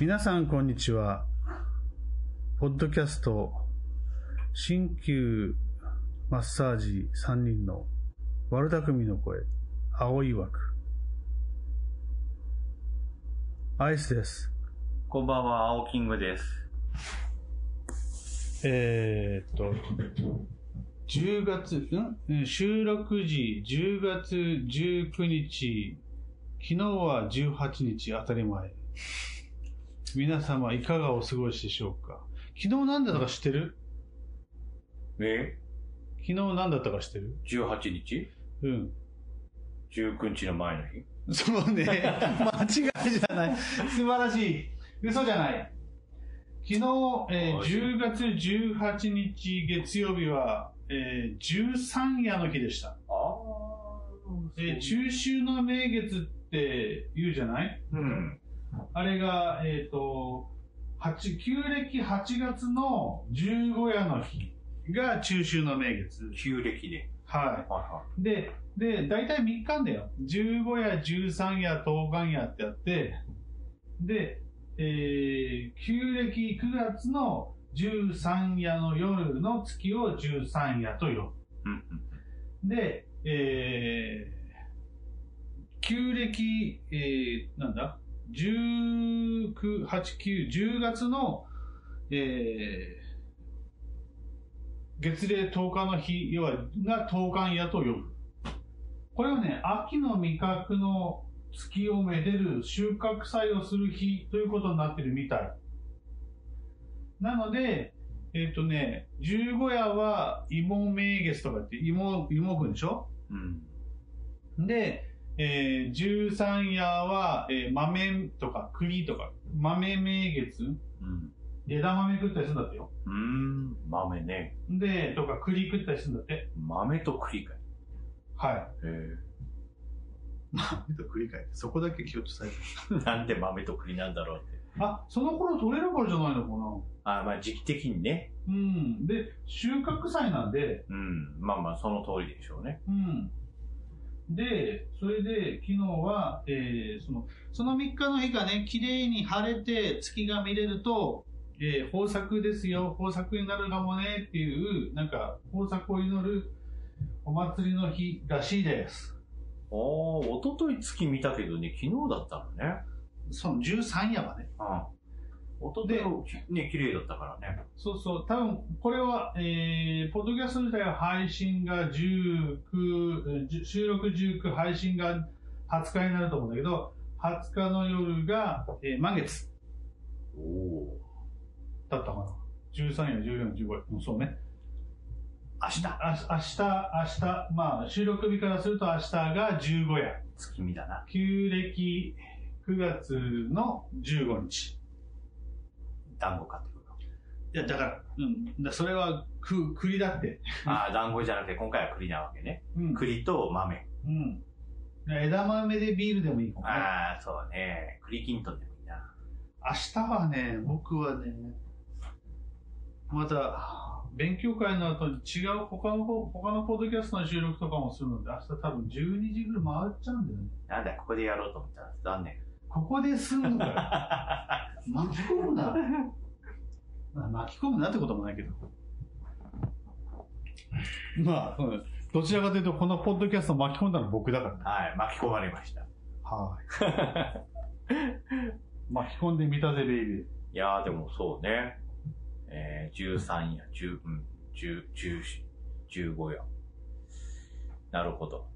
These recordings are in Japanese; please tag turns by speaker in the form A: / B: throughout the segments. A: 皆さんこんにちは。ポッドキャスト、新旧マッサージ3人の悪巧みの声、青い枠。アイスです。
B: こんばんは、青キングです。
A: えーっと、10月、んうん収録時10月19日、昨日は18日当たり前。皆様いかがお過ごしでしょうか昨日何だったか知ってる
B: え
A: 昨日何だったか知ってる
B: ?18 日
A: うん。
B: ?19 日の前の日
A: そうね。 間違いじゃない。素晴らしい。嘘じゃない。昨日、えー
B: はい
A: 10月18日月曜日は、えー、13夜の日でした。
B: ああ。
A: えー中秋の名月って言うじゃない
B: うん。
A: あれが、えっ、と、八旧暦8月の15夜の日が中秋の名月。
B: 旧暦で。
A: は。
B: はいはい
A: で、で、大体3日んだよ。15夜、13夜、10日夜ってやって、で、えー旧暦9月の13夜の夜の月を13夜と呼ぶ。
B: い。うんうん。
A: で、えー、旧暦、えー、なんだ、19、8、9、10月の、えー、月例10日の日、要は、が10日夜と呼ぶ。これはね、秋の味覚の月をめでる収穫祭をする日ということになってるみたい。なので、えっ、とね、十五夜は芋名月とかって芋、芋くんでしょ
B: うん。
A: で、えー、十三夜は、えー豆とか栗とか、豆名月
B: うん。
A: で枝豆食ったりするんだってよ。
B: うーん。豆ね。
A: で、とか栗食ったりするんだって。
B: 豆と栗かい。
A: は
B: へえ。
A: い。 豆と栗かい。そこだけ気をつされて
B: なんで豆と栗なんだろうって。
A: あ、その頃取れるからじゃないのか
B: あーまあ時期的にね。
A: なうん。で、収穫祭なんで、
B: うん。まあまあ、その通りでしょうね。
A: うん。で、それで、昨日は、えーその、その3日の日がね、綺麗に晴れて月が見れると、えー豊作ですよ、豊作になるかもねっていう、なんか、豊作を祈るお祭りの日らしいです。
B: おー、一昨日月見たけどね、昨日だったのね。
A: その13夜はね。
B: うん。一昨日きね、綺麗だったからね。
A: そうそう、多分これは、えー、ポッドキャスト自体は配信が19、えーじゅ収録19、配信が20日になると思うんだけど、20日の夜が、えー満月。
B: おお。
A: だったかな。13や14、15や。うんそうね。
B: 明日。
A: あ明日、明日、まあ、収録日からすると明日が15や。
B: 月見だな。
A: 旧暦9月の15日。
B: 団子買ってくる よ。
A: いや、だから、うん。だそれは、く、栗だって。
B: ああ、団子じゃなくて、今回は栗なわけね。
A: うん。
B: 栗と豆。
A: うん。枝豆でビールでもいいかもね。
B: ああ、そうね。栗きんとんでもいいな。
A: 明日はね、僕はね、また、勉強会の後に違う他の方、他のポッドキャストの収録とかもするので、明日多分12時ぐらい回っちゃうんだよね。
B: なんだ、ここでやろうと思ったら、残念。
A: ここですんのかよ。 巻き込むな。まあ巻き込むなってこともないけど。まあ、うんどちらかというと、このポッドキャストを巻き込んだのは僕だからね。
B: はい、巻き込まれました。
A: はい。巻き込んでみたぜ、ベイビー。
B: いやー、でもそうね。えー、13や、10、うん、10、14、15や。なるほど。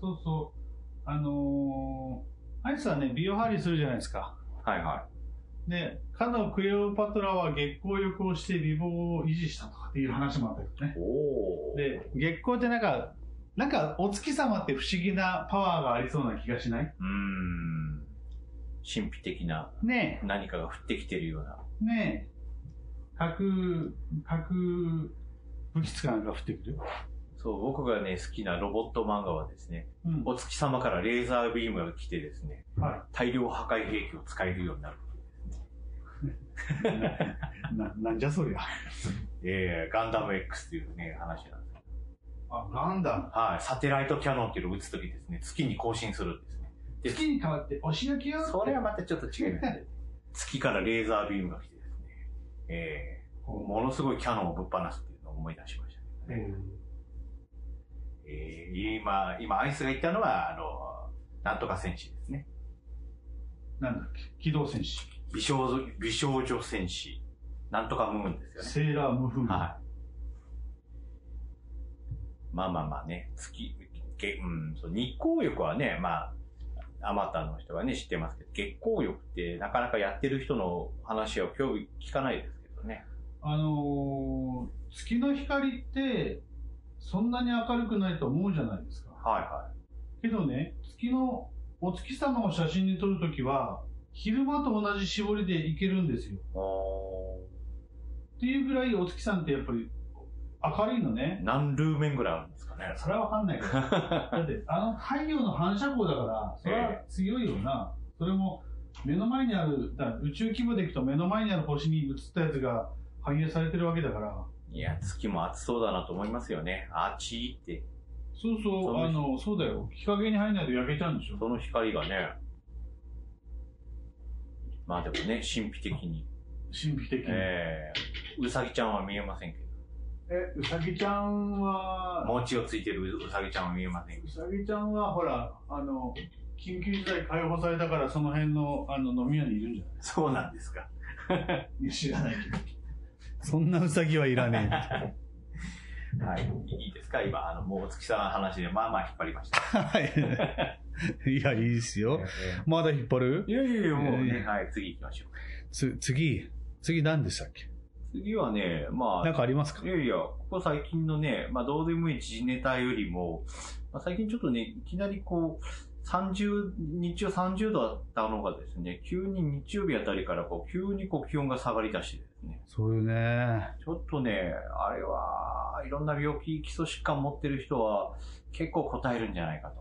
A: そうそう。あのー、アイスはね、美容ハリするじゃないですか。
B: はいは
A: で、かのクレオパトラは月光浴をして美貌を維持したとかっていう話もあったけどね。
B: い。おー。
A: で、月光ってなんか、なんかお月様って不思議なパワーがありそうな気がしないう
B: ーん。神秘的な
A: ね
B: 何かが降ってきてるような。
A: え、ねえ。核、核武器かなんか降ってくる
B: そう、僕がね、好きなロボット漫画はですね、
A: うん。
B: お月様からレーザービームが来てですね、
A: は
B: 大量破壊兵器を使えるようになる。
A: い。 な、なんじゃそりゃ。
B: えー、ガンダム X というね、話なんです。
A: あ、ガンダム。
B: はい、サテライトキャノンっていうのを撃つときですね、月に更新するんですね。
A: 月に変わって押し焼きよ。
B: それはまたちょっと違いますね。 月からレーザービームが来てですね、えーものすごいキャノンをぶっ放すっていうのを思い出しましたね。
C: えー
B: えー今、今、アイスが言ったのは、あの、なんとか戦士ですね。
C: なんだっけ機動戦士。
B: 美少女、美少女戦士、なんとかムーンですよね。
C: セーラームーフーン。
B: はい。まあまあまあね、月、月、うん、そう日光浴はね、まあ、あまたの人はね、知ってますけど、月光浴ってなかなかやってる人の話は興味聞かないですけどね。
C: あのー月の光って、そんなに明るくないと思うじゃないですか。
B: はいはい。
C: けどね、月の、お月様を写真に撮るときは、昼間と同じ絞りでいけるんですよ。
B: お
C: っていうぐらいお月さんってやっぱり明るいのね。
B: 何ルーメンぐらいあるんですかね。
C: それはわかんないけど。だって、あの太陽の反射光だから、それは強いよな。それも、目の前にある、だから宇宙規模でいくと目の前にある星に映ったやつが反映されてるわけだから、
B: いや、月も暑そうだなと思いますよね。あちーって。
C: そうそう、
B: そう
C: あ
B: です
C: の、そうだよ。日陰に入らないと焼けちゃうんでしょ。
B: その光がね。まあでもね、神秘的に。
C: 神秘的に。
B: えー、うさぎちゃんは見えませんけど。
C: え、うさぎちゃんは、
B: 餅をついてるうさぎちゃんは見えませんけ
C: うさぎちゃんはほら、あの、緊急事態解放されたからその辺のあの飲み屋にいるんじゃない
B: ど。そうなんですか。
C: いや知らないけど。そんなうさぎはいらね
B: はい。いいですか今、あの、もう月さんの話で、まあまあ引っ張りました。
A: はい。いや、いいですよ。
B: い
A: まだ引っ張る
B: やいやいや、もう
A: え
B: ね、はい、次行きましょう。
A: つ、次。次何でしたっけ
B: 次はね、ま
A: なん
B: あ、
A: かありますか
B: いやいや、ここ最近のね、まあどうでもいい時事ネタよりも、まあ、最近ちょっとね、いきなりこう、30、日中30度だったのがですね、急に日曜日あたりからこう、急にこう気温が下がりだしてですね、
A: そうよね。
B: ちょっとね、あれは、いろんな病気、基礎疾患持ってる人は、結構応えるんじゃないかと。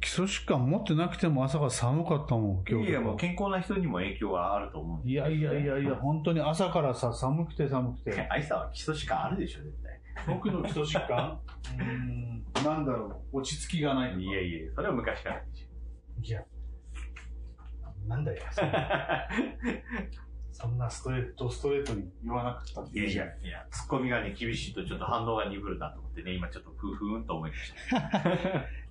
A: 基礎疾患持ってなくても朝が寒かったもん、今
B: い
A: 日
B: やいや、
A: とか
B: もう健康な人にも影響があると思うんで
C: いやいやいやいや、本当に朝からさ、寒くて寒く て。
B: アイさんは基礎疾患あるでしょ、絶対。
C: 僕の基礎疾患うーん、なんだろう、落ち着きがないとか。
B: いやいや、それは昔からでしょ。
C: いやなん だよ、そんなストレート、ストレートに言わなくったっ
B: いやいや、いや、ツッコミがね、厳しいとちょっと反応が鈍るなと思ってね、今ちょっとふーふーんと思いました。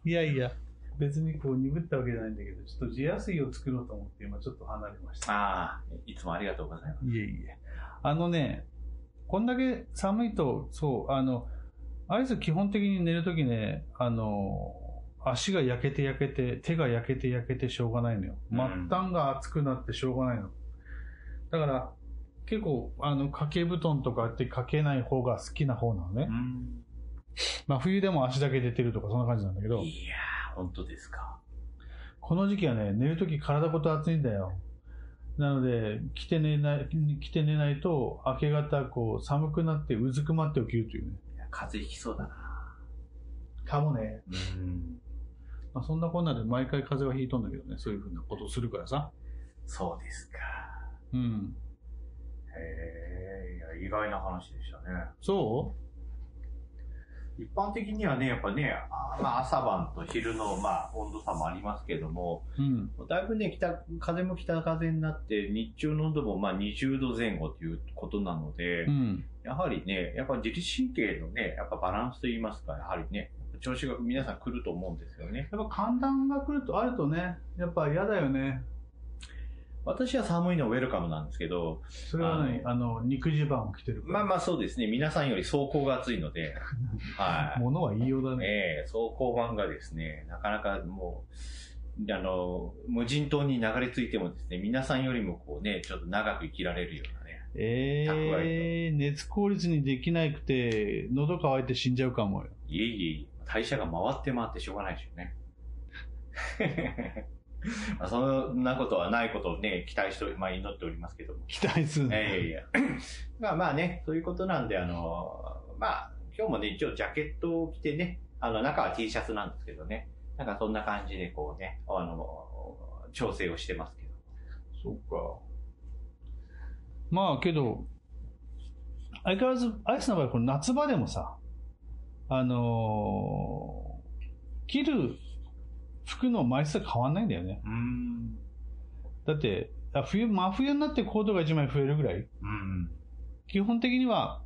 A: いやいや。
C: 別にこう鈍ったわけじゃないんだけど、ちょっと自安いを作ろうと思って今ちょっと離れました。
B: ああ、いつもありがとうございます。
A: いえいえ。あのね、こんだけ寒いと、そう、あの、アイス基本的に寝るときね、あの、足が焼けて焼けて、手が焼けて焼けてしょうがないのよ。
B: う
A: 末
B: ん
A: 端が熱くなってしょうがないの。だから、結構、あの、掛け布団とかって掛けない方が好きな方なのね
B: う。ん。
A: まあ、冬でも足だけ出てるとか、そんな感じなんだけど、
B: いやー、本当ですか。
A: この時期はね、寝るとき体ごと暑いんだよ。なので、着て寝ない、着て寝ないと、明け方、こう、寒くなって、うずくまって起きるというね。
B: いや風邪ひきそうだな。
A: かもね。
B: うん。
A: まあ、そんなこんなで毎回風邪はひいとんだけどね、そういうふうなことをするからさ。
B: そうですか。
A: うん。
B: へえ、いや、意外な話でしたね。
A: そ
B: 一般的にはね、やっぱね、あまあ、朝晩と昼の、まあ、温度差もありますけども、
A: ううん。
B: だいぶね、北、風も北風になって、日中の温度もまあ20度前後ということなので、
A: うん。
B: やはりね、やっぱ自律神経のね、やっぱバランスといいますか、やはりね、調子が皆さん来ると思うんですよね。
C: やっぱ寒暖が来るとあるとね、やっぱ嫌だよね。
B: 私は寒いのウェルカムなんですけど、
C: それはね、あの、肉襦袢を着てるから。
B: まあまあそうですね、皆さんより走行が暑いので、はい。
C: 物は言いようだね。
B: ええ走行版がですね、なかなかもう、あの、無人島に流れ着いてもですね、皆さんよりもこうね、ちょっと長く生きられるようなね。
A: ええー、熱効率にできなくて、喉乾いて死んじゃうかもよ。
B: いえいえいえ、代謝が回って回ってしょうがないでしょうね。 まあそんなことはないことをね、期待しており、まあ祈っておりますけども。
A: 期待するの。
B: ええいや まあまあね、そういうことなんで、あの、まあ、今日もね、一応ジャケットを着てね、あの、中は T シャツなんですけどね、なんかそんな感じでこうね、あの、調整をしてますけど。
A: そうか。まあけど、相変わらず、アイスの場合、この夏場でもさ、あのー着る服の枚数変わんないんだよね。
B: うーん。
A: だって、あ冬、真冬になってコートが1枚増えるぐらい。
B: うん。
A: 基本的には、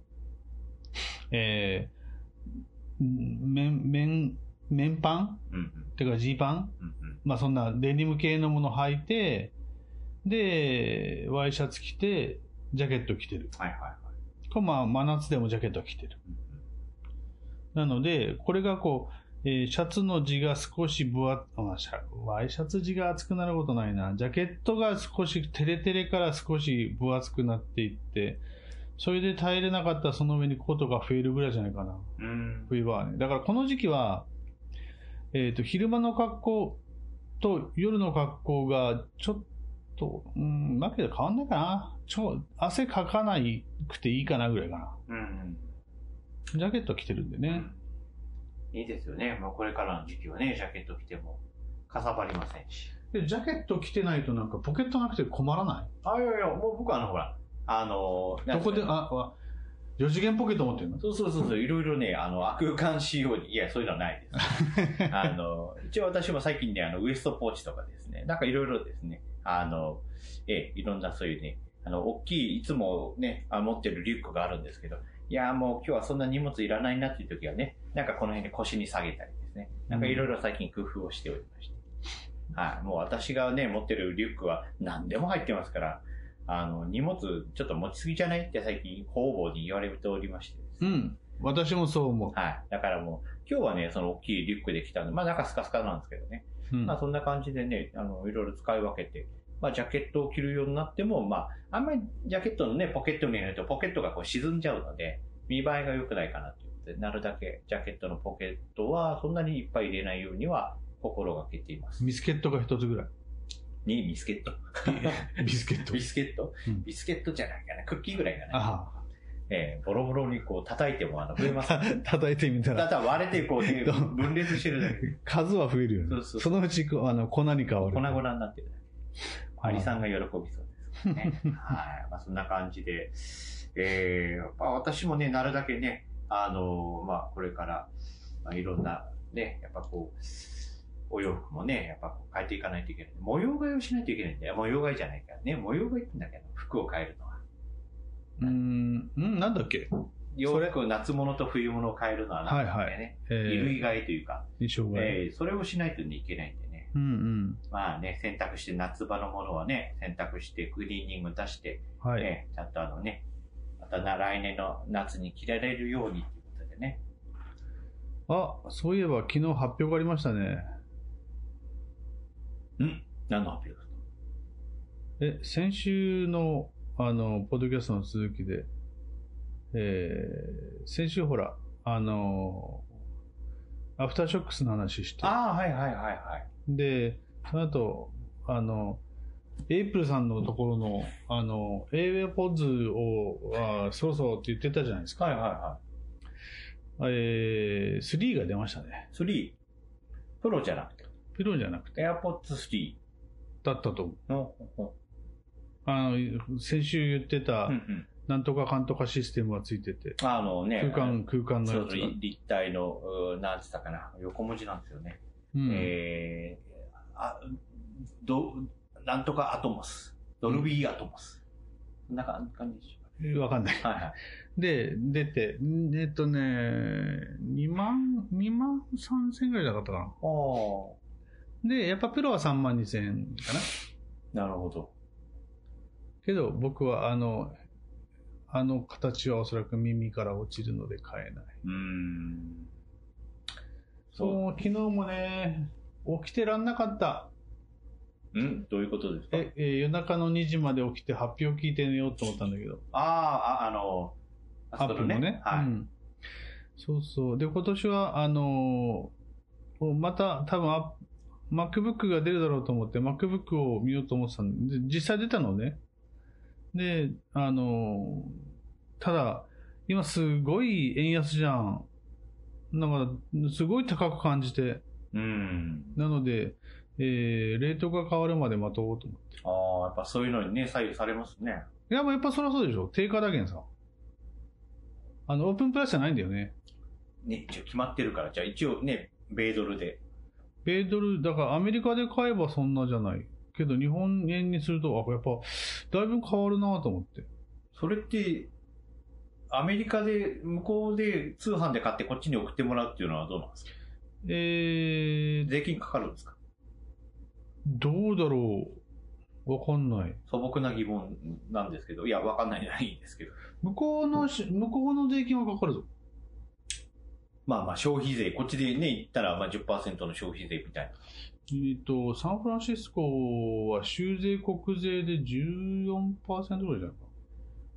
A: えー、ん綿、綿、綿パン
B: うん。うん。
A: っていうかジーパン
B: うん。うん。
A: まあそんなデニム系のもの履いて、で、ワイシャツ着て、ジャケット着てる。
B: はいはいはい。
A: と、まあ真夏でもジャケットは着てる。
B: うん
A: なので、これがこう、えーシャツの地が少し分厚、あシャワイシャツ地が厚くなることないな。ジャケットが少しテレテレから少し分厚くなっていって、それで耐えれなかったらその上にコートが増えるぐらいじゃないかな。
B: うん。
A: 冬場はね。だからこの時期は、えっ、と、昼間の格好と夜の格好がちょっと、うん、わけで変わんないかな。ちょ、汗かかなくていいかなぐらいかな。
B: うん。
A: ジャケット着てるんでね。
B: いいですよね。まあこれからの時期はね、ジャケット着ても、かさばりませんし。
C: でジャケット着てないとなんかポケットなくて困らない
B: あ、いやいや、もう僕はあの、ほら、あの、
A: どこで、あ、あ、4次元ポケット持ってるの
B: そうそうそうそう、いろいろね、あの、悪感仕様に、いや、そういうのはないです。あの、一応私も最近ね、あの、ウエストポーチとかですね、なんかいろいろですね、あの、ええ、いろんなそういうね、あの、大きい、いつもね、あ持ってるリュックがあるんですけど、いや、もう今日はそんな荷物いらないなっていう時はね、なんかこの辺で腰に下げたりですね、なんかいろいろ最近工夫をしておりまして。はい、もう私がね、持ってるリュックは何でも入ってますから、あの、荷物ちょっと持ちすぎじゃないって最近、方々に言われておりましてですね
A: うん。私もそう思
B: はい。だからもう、今日はね、その大きいリュックで来たんで、まあ中スカスカなんですけどね。
A: う。うん
B: まあそんな感じでね、あの、いろいろ使い分けて、まあジャケットを着るようになっても、まあ、あんまりジャケットのね、ポケットに入れるとポケットがこう沈んじゃうので、見栄えが良くないかなということで、なるだけジャケットのポケットはそんなにいっぱい入れないようには心がけています。
A: ビスケットが一つぐら
B: に、ビスケット
A: い。ビスケット
B: ビ。スケット、
A: うん
B: ビスケットじゃないかな。クッキーぐらいかな。
A: あ
B: えーボロボロにこう叩いてもあの、増え ません。
A: あ、叩いてみた
B: だ
A: ら、
B: たら割れてこうね、分裂してるだけ。
A: 数は増えるよね。
B: そうそう
A: そのうち、こうあの、粉に変わる。
B: 粉々になってるだ
A: はい
B: け。アリさんが喜びそうです、ね。はい。まあそんな感じで、えー、まあ私もね、なるだけね、あのーまあこれから、まあいろんな、ね、やっぱこう、お洋服もね、やっぱこう変えていかないといけない。模様替えをしないといけないんだよ。模様替えじゃないからね。模様替えって言うんだけど、服を変えるのは。
A: うーん、うん、なんだっけ
B: 洋服を夏物と冬物を変えるのはなんかね、
A: え
B: 衣
A: ー、
B: 類替えというか、
A: 衣装が。
B: えーそれをしないとね、いけないんでね。
A: うん
B: まあね、洗濯して夏場のものはね、洗濯してクリーニング出して、
A: うん。はい。
B: ね、ちゃんとあのね、またな来年の夏に着られるようにということでね。
A: あ、そういえば昨日発表がありましたね。
B: 何の発表ですか
A: え、先週の、あの、ポッドキャストの続きで、えー、先週ほら、あの、アフターショックスの話して、
B: ああ、はいはいはいはい。
A: で、その後、あの、エイプルさんのところの、あの、エイウェポッズを、あそろそろって言ってたじゃないですか。
B: はいはいは
A: えー、3が出ましたね。
B: い。3、プロじゃなくて、
A: ピローじゃなくて、
B: AirPods 3
A: だったと思う。
B: の、うん
A: あの、先週言ってた
B: う、ん、
A: なんとかかんとかシステムがついてて、
B: あのね、
A: 空間、空間の
B: そ
A: や
B: う
A: つ
B: そ
A: が
B: う。立体の、うーなんつったかな、横文字なんですよね。
A: うん
B: えー、あ、ど、なんとかアトモス。ドルビーアトモス。こんな感じでしょうかね
A: わかんない。
B: はいはい。
A: で、出て、んえっとね、2万、2万3千ぐらいだったか
B: お
A: な。で、やっぱプロは3万2千かな。
B: なるほど。
A: けど、僕はあの、あの形はおそらく耳から落ちるので買えない。
B: うーん。
A: そう、昨日もね、起きてらんなかった。
B: う。んどういうことですか
A: え、えー夜中の2時まで起きて発表聞いて寝ようと思ったんだけど、
B: あーあ、あの、
A: アップもね。
B: は
A: う
B: い。
A: んそうそう。で、今年は、あのーまた多分あ MacBook が出るだろうと思って MacBook を見ようと思ってたんで、で実際出たのね。で、あのーただ、今すごい円安じゃん。だから、すごい高く感じて、
B: うん。
A: なので、えー、レートが変わるまで待とうと思って。
B: ああ、やっぱそういうのにね、左右されますね。
A: いや、もうやっぱそりゃそうでしょ。定価だけにさ。あの、オープンプライスじゃないんだよね。
B: ね、一応決まってるから、じゃあ一応ね、米ドルで。
A: 米ドル、だからアメリカで買えばそんなじゃないけど、日本円にすると、あ、やっぱ、だいぶ変わるなと思って。
B: それって、アメリカで、向こうで通販で買ってこっちに送ってもらうっていうのはどうなんですか
A: えー、
B: 税金かかるんですか
A: どうだろうわかんない。
B: 素朴な疑問なんですけど、いや、わかんないじゃないんですけど。
A: 向こうのし、向こうの税金はかかるぞ。
B: まあまあ消費税、こっちでね、行ったらまあ10%の消費税みたいな。
A: えっ、と、サンフランシスコは州税国税で14%ぐらいじゃないか
B: だか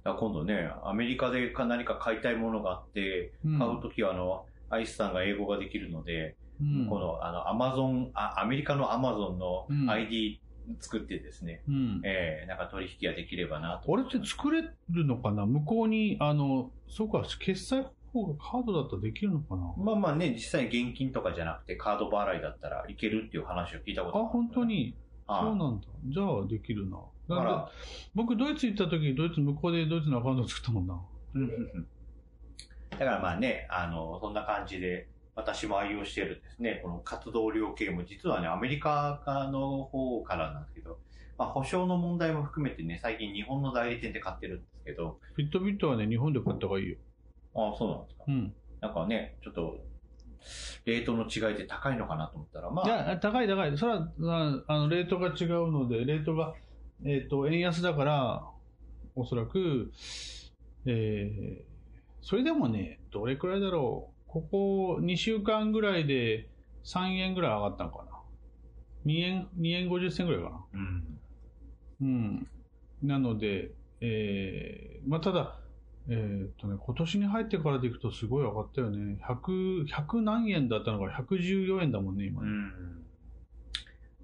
B: ら今度ね、アメリカでか何か買いたいものがあって、
A: な。
B: 買うときはあの、アイスさんが英語ができるので、
A: うん、
B: このあの、アマゾン、あアメリカのアマゾン
A: う
B: の
A: ん
B: ID 作ってですね、
A: うん。
B: えーなんか取引ができればなと。
A: あれって作れるのかな向こうに、あの、そうか、決済方法がカードだったらできるのかな
B: まあまあね、実際現金とかじゃなくてカード払いだったらいけるっていう話を聞いたこと
A: あ、本当に、
B: あ
A: そうなんだ。じゃあ、できるな。な
B: だか
A: ん
B: ら
A: で、僕、ドイツ行った時、ドイツ、向こうでドイツのアカウント作ったもんな。
B: うんうんうんだからまあね、あの、そんな感じで、私も愛用してるんですね。この活動量計も実はね、アメリカの方からなんですけど、まあ保証の問題も含めてね、最近日本の代理店で買ってるんですけど、
A: フィットビットはね、日本で買った方がいいよ。
B: ああ、そうなんですか。
A: うん。
B: なんかね、ちょっと、レートの違いって高いのかなと思ったら、ま
A: い
B: あ、
A: や、高い高い。それは、ああの、レートが違うので、レートが、えっ、と、円安だから、おそらく、えーそれでもね、どれくらいだろう。ここ2週間ぐらいで3円ぐらい上がったのかな。2円、2円50銭ぐらいかな。
B: うん。
A: うん。なので、えーまあ、ただ、えーっとね、今年に入ってからでいくとすごい上がったよね。100、100何円だったのが114円だもんね、今
B: う
A: ね。
B: ん。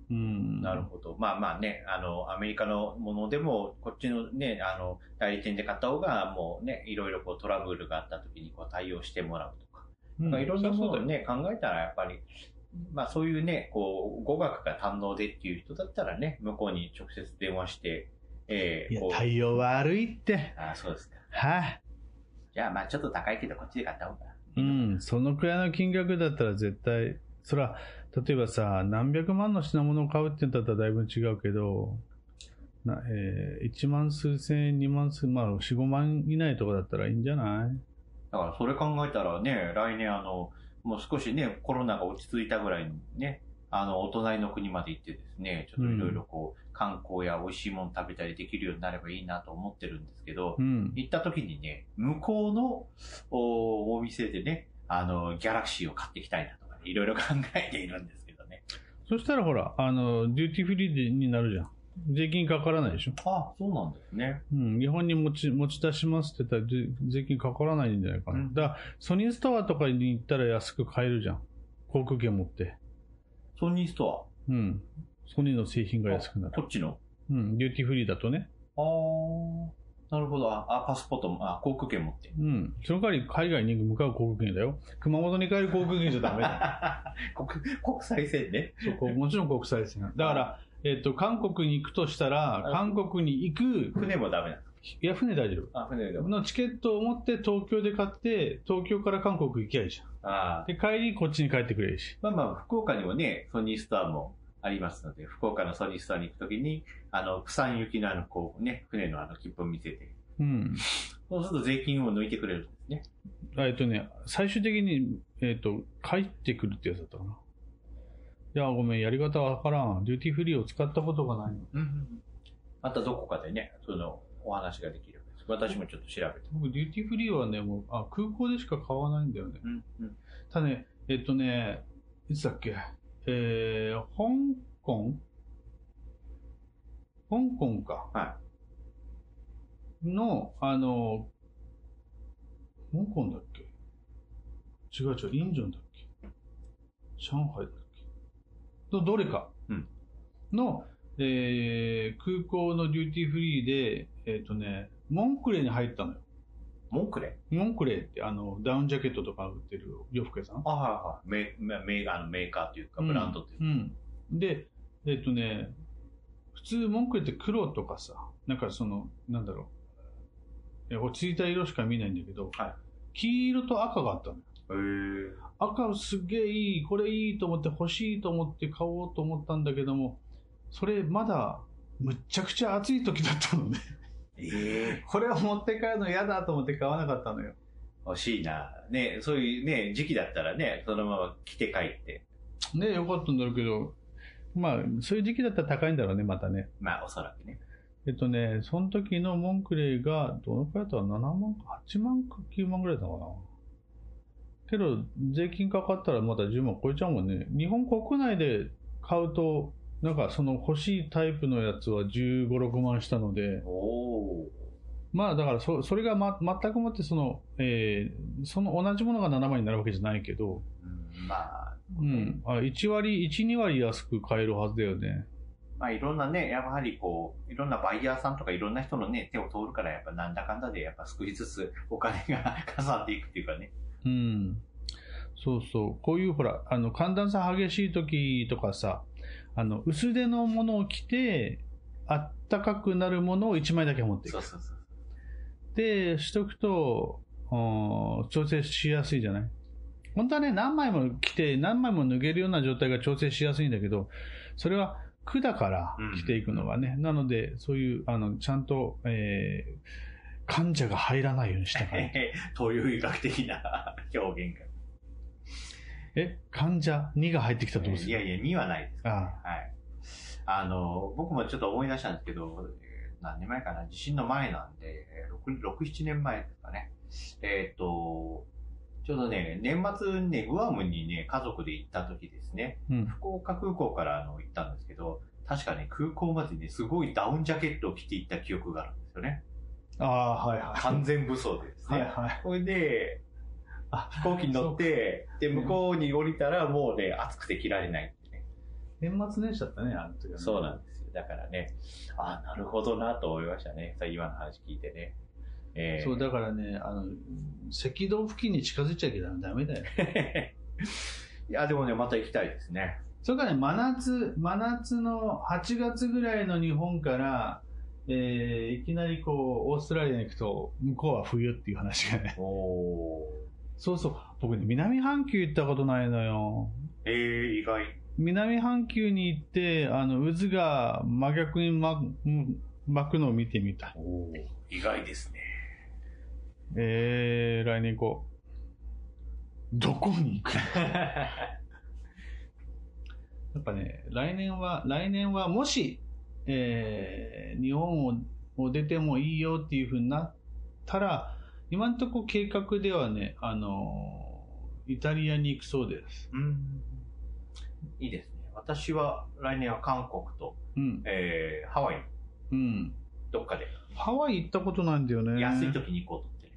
A: うん。
B: なるほど。まあまあね、あの、アメリカのものでも、こっちのね、あの、代理店で買った方が、もうね、いろいろこうトラブルがあった時にこう対応してもらうとか、
A: うん
B: まあいろんなこ
A: そう
B: と
A: だ
B: を
A: よね。
B: ね、考えたらやっぱり、まあそういうね、こう、語学が堪能でっていう人だったらね、向こうに直接電話して、え
A: い
B: ー、
A: や
B: こ、う、
A: 対応悪いって。
B: あそうですか。
A: はい、
B: じゃあまあちょっと高いけど、こっちで買った方が。
A: うん、そのくらいの金額だったら絶対、そら、例えばさ、何百万の品物を買うって言ったらだいぶ違うけど、なえー、1万数千円、2万数、まあ、4、5万以内とかだったらいいんじゃない
B: だからそれ考えたらね、来年あの、もう少しね、コロナが落ち着いたぐらいにね、あの、お隣の国まで行ってですね、ちょっといろいろこう、観光や美味しいもの食べたりできるようになればいいなと思ってるんですけど
A: う、ん。
B: 行った時にね、向こうのおお店でね、あの、ギャラクシーを買っていきたいなとかね、いろいろ考えているんですけどね。
A: そしたらほら、あの、デューティーフリーになるじゃん。税金かからないでしょ。
B: あ、そうなんですね。
A: うん、日本に持ち持ち出しますって言ったら税税金かからないんじゃないかな。
B: うん
A: だから、ソニーストアとかに行ったら安く買えるじゃん。航空券持って。
B: ソニースト
A: うん。ソニーの製品が安くな
B: ア、
A: る。
B: こっちの。
A: うん。デューティーフリーだとね。
B: ああ、なるほど。あ、あパスポートも、あ、航空券持って。
A: うん。その代わり海外に向かう航空券だよ。熊本に帰る航空券じゃダメだよ。
B: 国国際線ね。
A: そうこうもちろん国際線。だから、えっ、と、韓国に行くとしたら、韓国に行く、
B: 船もダメなんです
A: いや、船大丈
B: あ、船で
A: 夫。
B: も。
A: のチケットを持って東京で買って、東京から韓国行きゃいいじゃん。
B: ああ。
A: で、帰りこっちに帰ってくれるし。
B: まあまあ、福岡にもね、ソニーストアもありますので、福岡のソニーストアに行くときに、あの、釜山行きのあの、こうね、船のあの、切符を見せて、
A: うん。
B: そうすると税金を抜いてくれるんですね。
A: えっとね、最終的に、えっ、と、帰ってくるってやつだったかな。いや、ごめん、やり方わからん。デューティーフリーを使ったことがないの。
B: またどこかでね、その、お話ができる。私もちょっと調べて。
A: 僕、デューティーフリーはね、もう、あ、空港でしか買わないんだよね。
B: うん、うん。
A: ただね、えっ、とね、いつだっけ、えー、香港香港か。
B: は
A: の、あの、香港だっけ違う違う、インジョンだっけ上海だっけのどれか
B: うん
A: の、えー空港のデューティーフリーで、えっ、とね、モンクレーに入ったのよ。
B: モンクレ
A: モンクレーってあの、ダウンジャケットとか売ってる洋服屋さん
B: あはいはい。メメメーカーのメーカーというか、ブランドというか。
A: うんうんでえっ、とね普通文句言って黒とかさなんかそのなんだろうえ落ち着いた色しか見ないんだけど、
B: は
A: 黄色と赤があったのよ
B: へえ。
A: 赤すっげえいいこれいいと思って欲しいと思って買おうと思ったんだけどもそれまだ、むっちゃくちゃ暑い時だったのね。
B: ええ
A: これを持って帰るの嫌だと思って買わなかったのよ。
B: 惜しいな。ね、そういうね、時期だったらね、そのまま来て帰って。
A: ねよかったんだろうけど、まあ、そういう時期だったら高いんだろうね、またね。
B: まあ、おそらくね。
A: えっとね、その時のモンクレーが、どのくらいだったの ?7 万か、8万か9万くらいだったのかな。けど、税金かかったらまだ10万超えちゃうもんね。日本国内で買うと、なんかその欲しいタイプのやつは15、6万したので、
B: おお
A: まあだからそ、それが、ま、全くもってその、えーその同じものが7万になるわけじゃないけど、
B: ー。うんまあ、
A: うん、あ1割、1、2割安く買えるはずだよね。
B: まあ、いろんなね、やはりこう、いろんなバイヤーさんとかいろんな人のね、手を通るから、やっぱなんだかんだで、やっぱ少しずつお金が かさっていくっていうかね。
A: うん。そうそう。こういうほら、あの、寒暖差激しい時とかさ、あの、薄手のものを着て、あったかくなるものを1枚だけ持ってい
B: そ
A: く
B: う。 そうそう。
A: で、しとくと、うん調整しやすいじゃない本当はね、何枚も着て、何枚も脱げるような状態が調整しやすいんだけど、それは苦だから
B: うん
A: 着ていくのがね。なので、そういう、あの、ちゃんと、えー患者が入らないようにした から。
B: 東洋医学的な表現が。
A: え、患者2が入ってきたらどうする
B: いやいや、2はないです。
A: ああ
B: はい。あの、僕もちょっと思い出したんですけど、えー何年前かな、地震の前なんで、6、6 7年前ですかね。えーっと、ちょうどね、年末にね、グアムにね、家族で行った時ですね、
A: うん、
B: 福岡空港からあの行ったんですけど、確かね、空港までね、すごいダウンジャケットを着て行った記憶があるんですよね。
A: ああ、はいは
B: 完全武装でです
A: い。
B: ね。
A: はいはい。
B: それで、
A: あ
B: 飛行機に乗って、で、向こうに降りたらもうね、暑くて着られないってね。
A: 年末年始だったね、あの時は、ね。
B: そうなんですよ。だからね、あなるほどなと思いましたね。さ今の話聞いてね。えー
A: そう、だからね、あの、赤道付近に近づいちゃいけないダメだよ。
B: いや、でもね、また行きたいですね。
A: それからね、真夏、真夏の8月ぐらいの日本から、えーいきなりこう、オーストラリアに行くと、向こうは冬っていう話がね。
B: おお。
A: そうそう。僕ね、南半球行ったことないのよ。
B: えー、意外。
A: 南半球に行って、あの、渦が真逆にまうん巻くのを見てみたい。
B: お意外ですね。
A: えー、来年行こう。どこに行 くやっぱね、来年は、来年はもし、えー日本をを出てもいいよっていうふうになったら、今のところ計画ではね、あのーイタリアに行くそうです。
B: うん。いいですね。私は来年は韓国と、
A: うん、
B: えー、ハワイ、
A: うん。
B: どっかで、
A: ハワイ行ったことないんだよね。
B: 安い時に行こうと思ってね。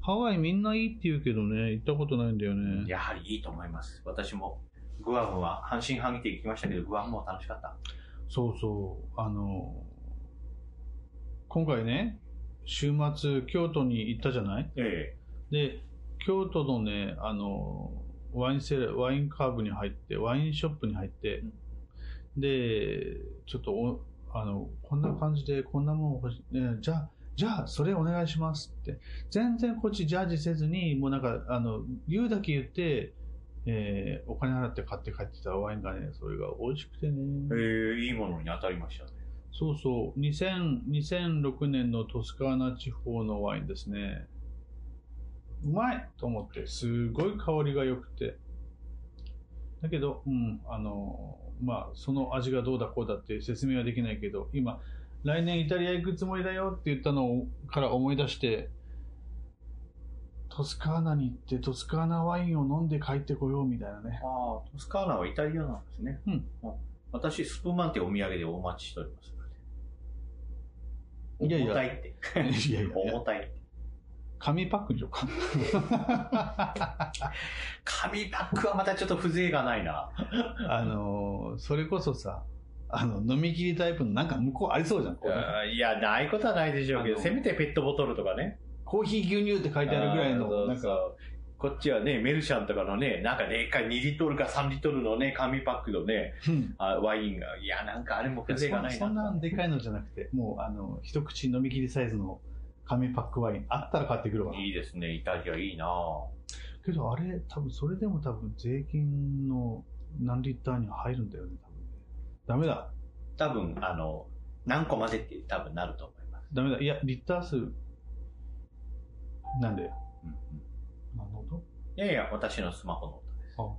A: ハワイみんないいって言うけどね、行ったことないんだよね。
B: やはりいいと思います。私も、グアムは半信半疑で行きましたけど、グアムも楽しかった。
A: そうそう、あのー今回ね、週末京都に行ったじゃない
B: え
A: で、京都のね、あの、ワインセレ、ワインカーブに入って、ワインショップに入って、で、ちょっとお、あの、こんな感じで、こんなもん欲しい、ねじゃあ、じゃあ、それお願いしますって。全然こっちジャージせずに、もうなんか、あの、言うだけ言って、えーお金払って買って帰ってきたワインがね、それが美味しくてね。
B: えいいものに当たりましたね。
A: そうそう、2000 2006年のトスカーナ地方のワインですね。うまいと思って、すごい香りが良くて。だけど、うん、あの、まあ、その味がどうだこうだって説明はできないけど、今、来年イタリア行くつもりだよって言ったのをから思い出して、トスカーナに行ってトスカーナワインを飲んで帰ってこようみたいなね。
B: ああ、トスカーナはイタリアなんですね。
A: うん
B: 私、スプーンマンテお土産でお待ちしておりますの
A: い
B: で。
A: やいや
B: 重たいって。
A: いやいやいや
B: 重たいって。
A: 紙パックにしようか。
B: 紙パックはまたちょっと風情がないな。
A: あのーそれこそさ、あの、飲み切りタイプのなんか向こうありそうじゃん。こう
B: いや、ないことはないでしょうけ
A: あ
B: ど、
A: の
B: せめてペットボトルとかね。
A: コーヒー牛乳って書いてあるぐらい
B: あーそ
A: の、
B: う
A: なん
B: そ
A: か、
B: うこっちはね、メルシャンとかのね、なんかでっかい2リットルか3リットルのね、紙パックのね、
A: うん
B: あワインが、いや、なんかあれも風情がない
A: そ
B: な。
A: んなでかいのじゃなくて、もう、あの、一口飲み切りサイズの紙パックワイン、あったら買ってくるわ。
B: いいですね、イタリアいいなぁ。
A: けど、あれ、多分それでも多分税金の何リッターに入るんだよね、多分ね。ダメだ。
B: 多分、あの、何個までって多分なると思います。
A: ダメだ。いや、リッター数。なんで
B: うん
A: な
B: うん、
A: るほど。
B: いやいや、私のスマホの音です。
A: あ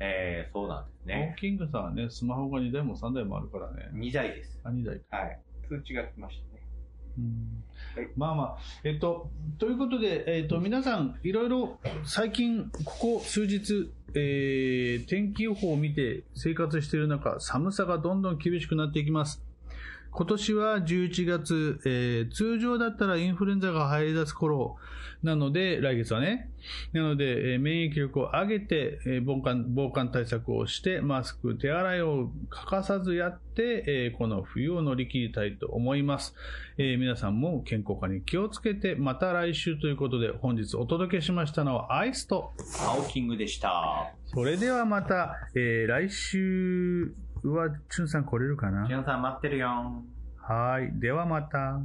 B: えー、そうなんです
A: ウォ
B: ね
A: ー。キングさんはね、スマホが2台も3台もあるからね。
B: 2台です。
A: あ、2台か。
B: はい。通知が来ましたね。
A: うん
B: はい
A: まあまあ、えっと、ということで、えっと、皆さん、いろいろ最近、ここ数日、えー天気予報を見て生活している中、寒さがどんどん厳しくなっていきます。今年は11月、えー通常だったらインフルエンザが入り出す頃なので、来月はね。なので、えー免疫力を上げて、えー防寒、防寒対策をして、マスク、手洗いを欠かさずやって、えーこの冬を乗り切りたいと思います。えー皆さんも健康化に気をつけて、また来週ということで、本日お届けしましたのはアイスと、
B: ハオキングでした。
A: それではまた、えー来週は、チュンさん来れるかな
B: 皆さん待ってるよん。
A: はい。ではまた。